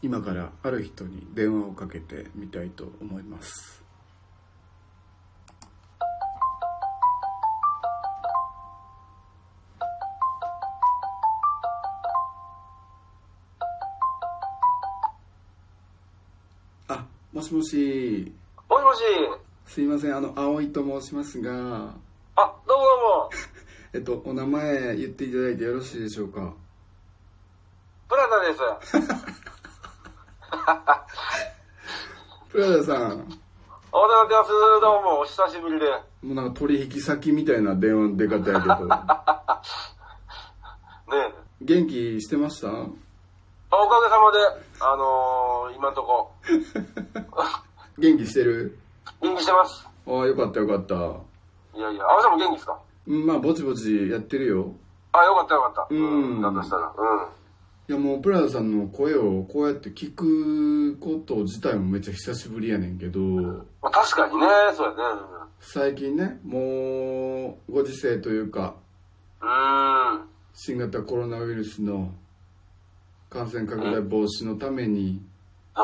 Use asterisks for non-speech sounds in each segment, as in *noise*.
今からある人に電話をかけてみたいと思いますあもしもしもしもし。すいませんあの葵と申しますがあ、どうもどうも。えっとお名前言っていただいてよろしいでしょうかプラダです。プラダさんお世話になってます。どうも、お久しぶりで。ねもうなんか取引先みたいな電話の出方やけどえ。元気してましたあおかげさまで、あのー、今んとこ、元気してる元気してます。ああよかったよかったいやいや、あおさんも元気ですかうんまあぼちぼちやってるよあ、よかったよかった。うんだとしたら。うん。いやもうプラダさんの声をこうやって聞くこと自体もめっちゃ久しぶりやねんけどまあ、確かにね、そうやね。最近ねもうご時世というかうん。うん。新型コロナウイルスの感染拡大防止のためにあ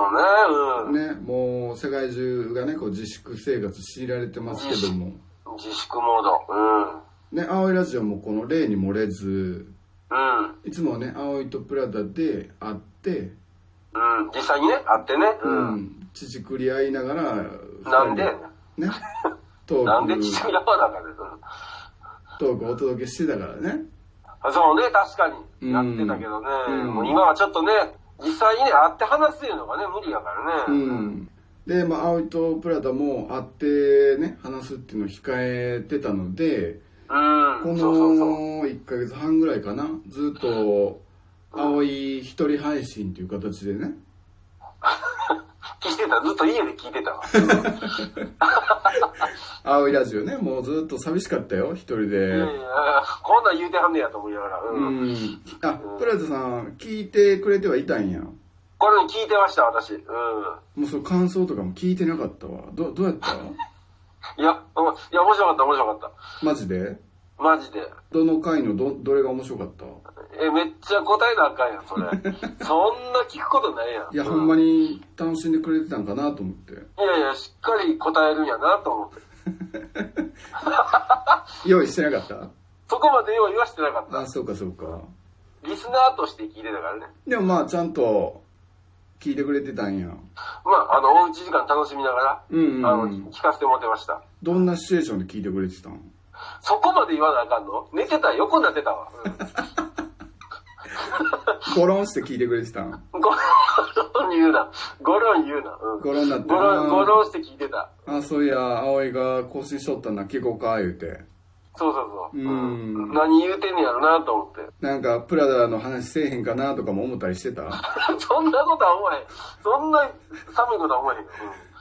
のね、ねもう世界中がねこう自粛生活強いられてますけどもうん。自粛モード。うん。ね青いラジオもこの例に漏れずうん。いつもはね葵とプラダで会ってうん。実際にね、会ってね。ううん。ん乳くり合いながらなんで二人ね *laughs* トなんでーク父親はだからね。うんトークをお届けしてたからねそうね、確かうんに。やってたけどね。うんもう今はちょっとね、実際にね、会って話すいうのがね、無理やからね。うんでまあ葵とプラダも会ってね話すっていうのを控えてたのでこうん。そうそうそう。の1ヶ月半ぐらいかなずっと葵一人配信っていう形でね聞いてた。ずっと家で聞いてたわ。葵ラジオねもうずっと寂しかったよ一人いでやいやこんなん言うてはんねやと思いながら。ううん。んあプラダさん聞いてくれてはいたんやこれね聞いてました、私。うん。もうその感想とかも聞いてなかったわどどうやったいや、うんいや、面白かった、面白かっマジでた。マジで。どの回のどどれが面白かったえ、めっちゃ答えなあかんやん、 *laughs* それ。そんな聞くことないやん。いや、うほんまに楽しんでくれてたんかなと思っていやいや、しっかり答えるんやなと思って。用意してなかったそこまでよう言わしてなかっあた。そうかそうかリスナーとして聞いてたからね。でもまあちゃんと聞いてくれてたんやまあ、あの、おうち時間楽しみながら、うんうんうんあの、聞かせてもらってました。どんなシチュエーションで聞いてくれてたんそこまで言わなあかんの寝てたら横になってたわ。ゴロンして聞いてくれてたん *laughs* うん、ごろん言うな。ごろん言うな。うん。ゴロンなってごろん、ごなろんして聞いてた。あそういや葵が更新しとったんだ聞こうか言うてそうそうそう。うん何言うてんねやろなと思って。 *laughs* なんかプラダの話せえへんかなとかも思ったりしてたそんなことは思えへん。そんな寒いことは思えへんよ。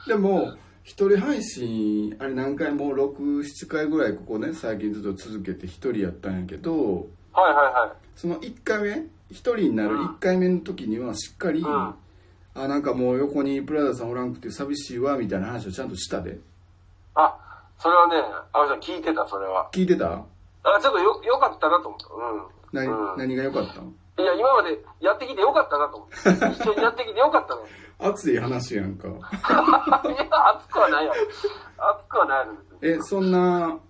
でも一人配信あれ何回も67回ぐらいここね最近ずっと続けて一人やったんやけどうん。はいはいはい。その1回目一人になるうん1回目の時にはしっかり、うんあなんかもう横にプラダさんおらんくて寂しいわみたいな話をちゃんとしたであ、それはね、あのさん聞いてた、それは。聞いてたあ、ちょっとよ、よかったなと思った。何,、うん。うん。何が良かったいや、今までやってきてよかったなと *laughs* 思った。一緒にやってきてよかったな。熱い話やんかいや、熱くはないやろ。熱くはないやろ、別に。えそんなうん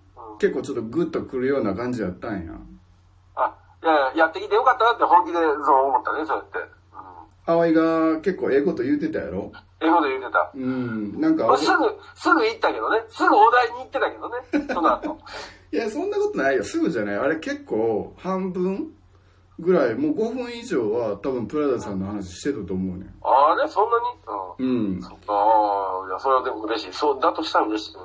結構ちょっとグッとくるような感じやったんやあ、いやいや、やってきてよかったなって本気でそう思ったね、そうやって。う葵が結構ええこと言うてたやろん。英語で言ってた。うんなんかまあすぐ、すぐ行ったけどね。すぐお題に行ってたけどね、そ *laughs* の後。いやそんなことないよすぐじゃないあれ結構半分ぐらいもう5分以上は多分プラダさんの話してたと思うねんあれ、そんなにうん。うんそっか、ああ、いや、それはでも嬉しい。そう、だとしたら嬉しい。うん。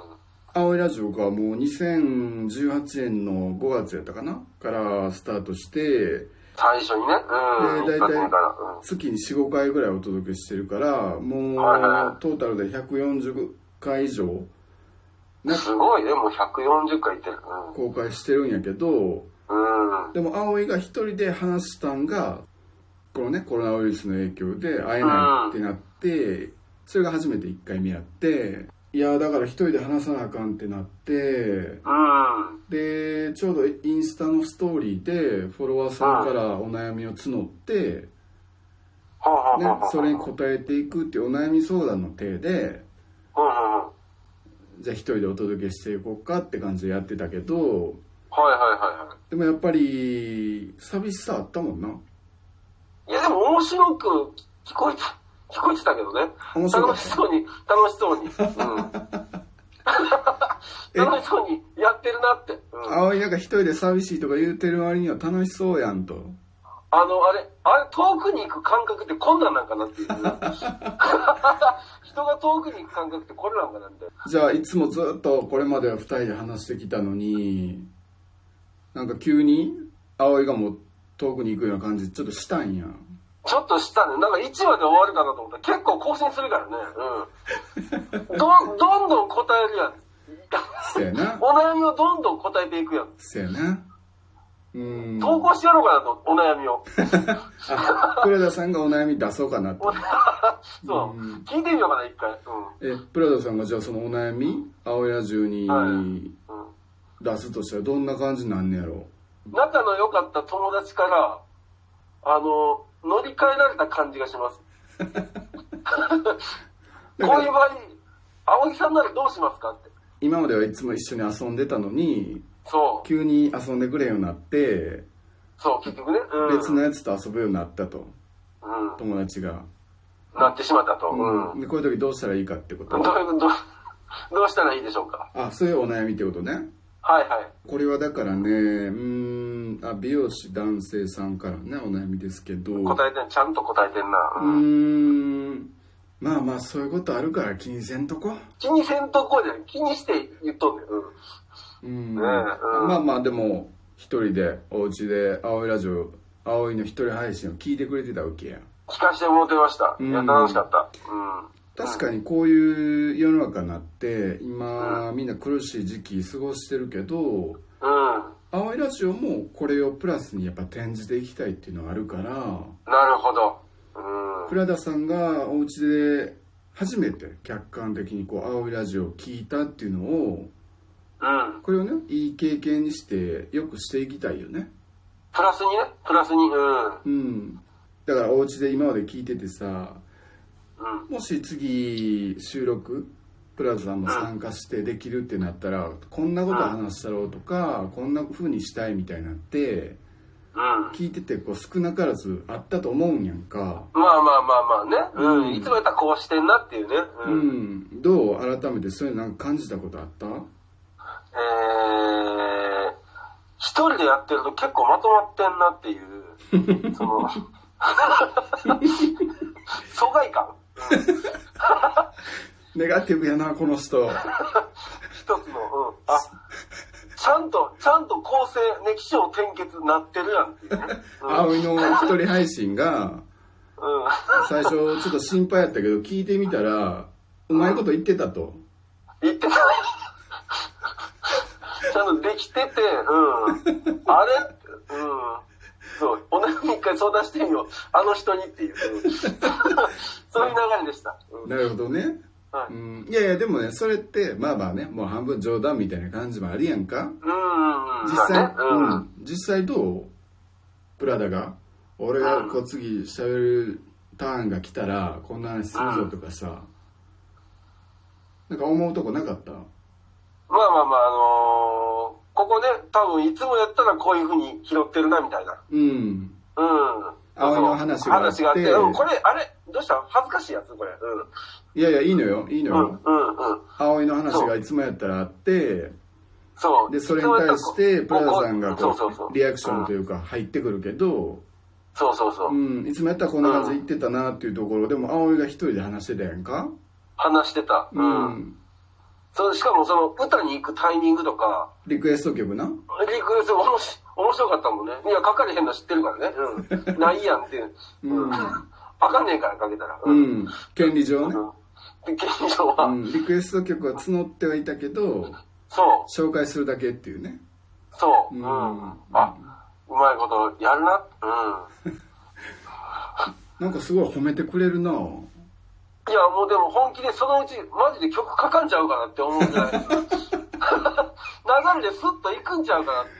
青いラジオがもう2018年の5月やったかなからスタートして最初にね。うん。で一発目から。うん。月に45回ぐらいお届けしてるからもうはいはいはトータルで140回以上ねすごいね、もう140回行ってる。公開してるんやけどうん。うん。でも葵が一人で話したんがこのねコロナウイルスの影響で会えうないんってなってそれが初めて1回目やっていやだから一人で話さなあかんってなってうん。でちょうどインスタのストーリーでフォロワーさんからお悩みを募ってほほうほうねほうほう。、それに答えていくっていうお悩み相談の体でうんうんうん。はいじゃあ一人でお届けしていこうかって感じでやってたけどはいはいは。でもやっぱり寂しさあったもんないいやでも面白く聞こえて、聞こえてたけどね。面白か楽っしたそうに、楽しそうに。うん。 *laughs* え楽しそうにやってるなって。うん葵なんか一人で寂しいとか言うてる割には楽しそうやんとあの、あれ、あれ、遠くに行く感覚ってこんなんなんかなっていう。人が遠くに行く感覚ってこれなんかなみたいな。じゃあいつもずっとこれまでは二人で話してきたのになんか急に葵がもう遠くに行くような感じちょっとしたんやちょっとしたね。なんか1話で終わるかなと思ったら結構更新するからね。うん。どん、どんどん答えるやん。そやなお悩みをどんどん答えていくやん。そやなうん投稿してやろうかなと、お悩みを。あ黒田さんがお悩み出そうかなと *laughs* そうう。ん聞いてみようかな、一回。えプラダさんがじゃあそのお悩み青ラジオにはいうん。うん出すとしたらどんな感じになんねやろ仲の良かった友達から、あの、乗り換えられた感じがし *laughs* ます。こういう場合、青木さんならどうしますかって。今まではいつも一緒に遊んでたのにそう。急に遊んでくれんようになってそう、結局ね。うん、別のやつと遊ぶようになったとう友達が、ん。なってしまったと。うん。でこういう時どうしたらいいかってこどうとどう *laughs* どうしたらいいでしょうか。あそういうお悩みってことねはいはい。これはだからねうーんあ美容師男性さんからねお悩みですけど答えてん、ちゃんと答えてんな。ううんーんまあまあそういうことあるから気にせんとこ気にせんとこうじゃない。気にして言っとんねん。うん。うん、ねえうんまあまあでも一人でお家で青いラジオ青いの一人配信を聞いてくれてたわけや聞かせてもらってました。いや、うん楽しかった。うん。確かにこういう世の中になって今みんな苦しい時期過ごしてるけどうん。青いラジオもこれをプラスにやっぱ転じていきたいっていうのがあるからなるほど。うん。倉田さんがお家で初めて客観的にこう青いラジオを聞いたっていうのをうん。これをねいい経験にしてよくしていきたいよねプラスにね、プラスに、うん。うん。うんだからお家で今まで聞いててさもし次収録プラザさんも参加してできるってなったらこんなこと話したろうとかこんな風にしたいみたいになってうん。聞いててこう少なからずあったと思うんやんかまあまあまあまあね。うん。うんいつもやったらこうしてんなっていうね。ううん。んどう改めてそういうのなんか感じたことあったえー、一人でやってると結構まとまってんなって *laughs* いう、その、疎外感ネガティブやなこの人一つの、うん。あ、ちゃんと、ちゃんと構成、ね、起承転結なってるやんっていうね。うん。うん。葵の一人配信が最初ちょっと心配やったけど聞いてみたらうまいこと言ってたと言ってない。ちゃんとできてて、うん。あれうん。そう、お悩み一回相談してみよう。あの人にっていう。うんそういう流れでした。うんなるほどねはういんいやいやでもねそれってまあまあねもう半分冗談みたいな感じもあるやんかうん。実まあ際、ねううん。ん、実際どうプラダが俺がこう次しゃべるターンが来たらこんな話するぞとかさ、なんか思うとこなかったまあまあまあ、あのーここね、多分いつもやったらこういうふうに拾ってるな、みたいな。うんうん。あの話があって話があって、うん、これ、あれどうした恥ずかしいやつこれ。いやいやいいのよいいのうん。うん、よ、うん、うん。葵の話がいつもやったらあってそう。でそれに対していつプもラやダったらこうさんがそうそうそこううリアクションというか入ってくるけど、そうそうそうう。ん、いつもやったらこんな感じで言ってたなっていうところでも葵が一人で話してたやんか話してた。うん。そうしかもその歌に行くタイミングとか、リクエスト曲なリクエスト面白面白かったもんね。いや、書かれへんの知ってるからね。うん。ないやんっていう。うんあかんねえから、かけたら。ううん。ん権利上ね、で、現状は、うん、リクエスト曲は募ってはいたけどそう、紹介するだけっていうねそう、ううんん。あ、うまいことやるな。うなんかすごい褒めてくれるなぁん。いや、もうでも本気でそのうち、マジで曲かかんちゃうかなって思うぐらい。 *laughs* 流れでスッと行くんちゃうかなって。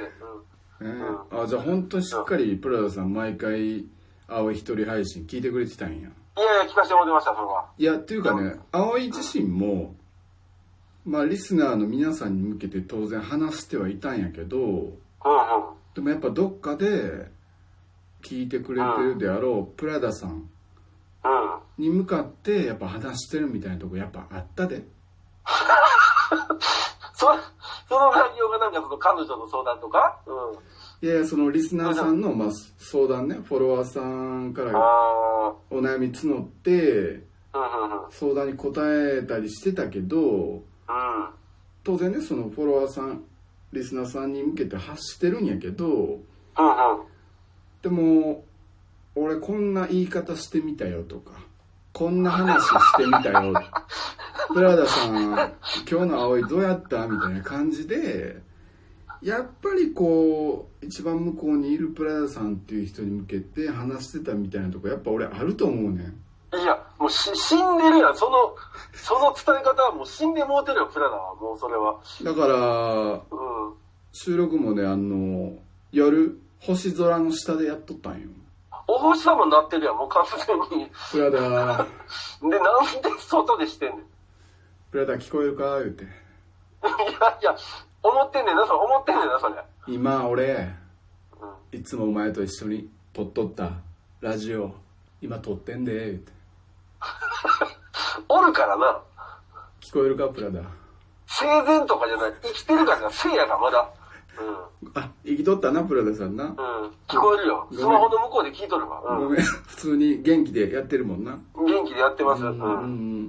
うん。えーあじゃあ本当にしっかりプラダさん毎回葵一人配信聞いてくれてたんやいやいや、聞かせてもらってました、それは。いやっていうかね葵自身もまあリスナーの皆さんに向けて当然話してはいたんやけどうんうん。でもやっぱどっかで聞いてくれてるであろうプラダさんうん。に向かってやっぱ話してるみたいなとこやっぱあったでそその内容がなんかその彼女の相談とかうん。いやいやそのリスナーさんのまあ相談ねフォロワーさんからあお悩み募ってあ。うんうんうん。相談に答えたりしてたけどうん。当然ねそのフォロワーさんリスナーさんに向けて発してるんやけどうんうん。でも俺こんな言い方してみたよとかこんな話してみたよプラダさん今日の葵どうやったみたいな感じでやっぱりこう一番向こうにいるプラダさんっていう人に向けて話してたみたいなとこやっぱ俺あると思うねんいや、もうし死んでるやん。その、その伝え方はもう死んでもうてるよ、プラダは。もうそれは。だからうん。収録もねあの夜星空の下でやっとったんよお星様になってるやん、もう完全に。プラダで、なんで外でしてんねん。いプラダ聞こえるか言うてやいや、思ってんねんな、それ。思ってんねんな、それ。今俺うん。いつもお前と一緒に撮っとったラジオ今撮ってんで言うておるからな。聞こえるかプラダ生前とかじゃない。生きてるからな、生やが、まだ。うん。あ生きとったなプラダさんなうん。聞こえるよ。スマホの向こうで聞いとるわ。うごんめん普通に元気でやってるもんな元気でやってます。ううんん。うん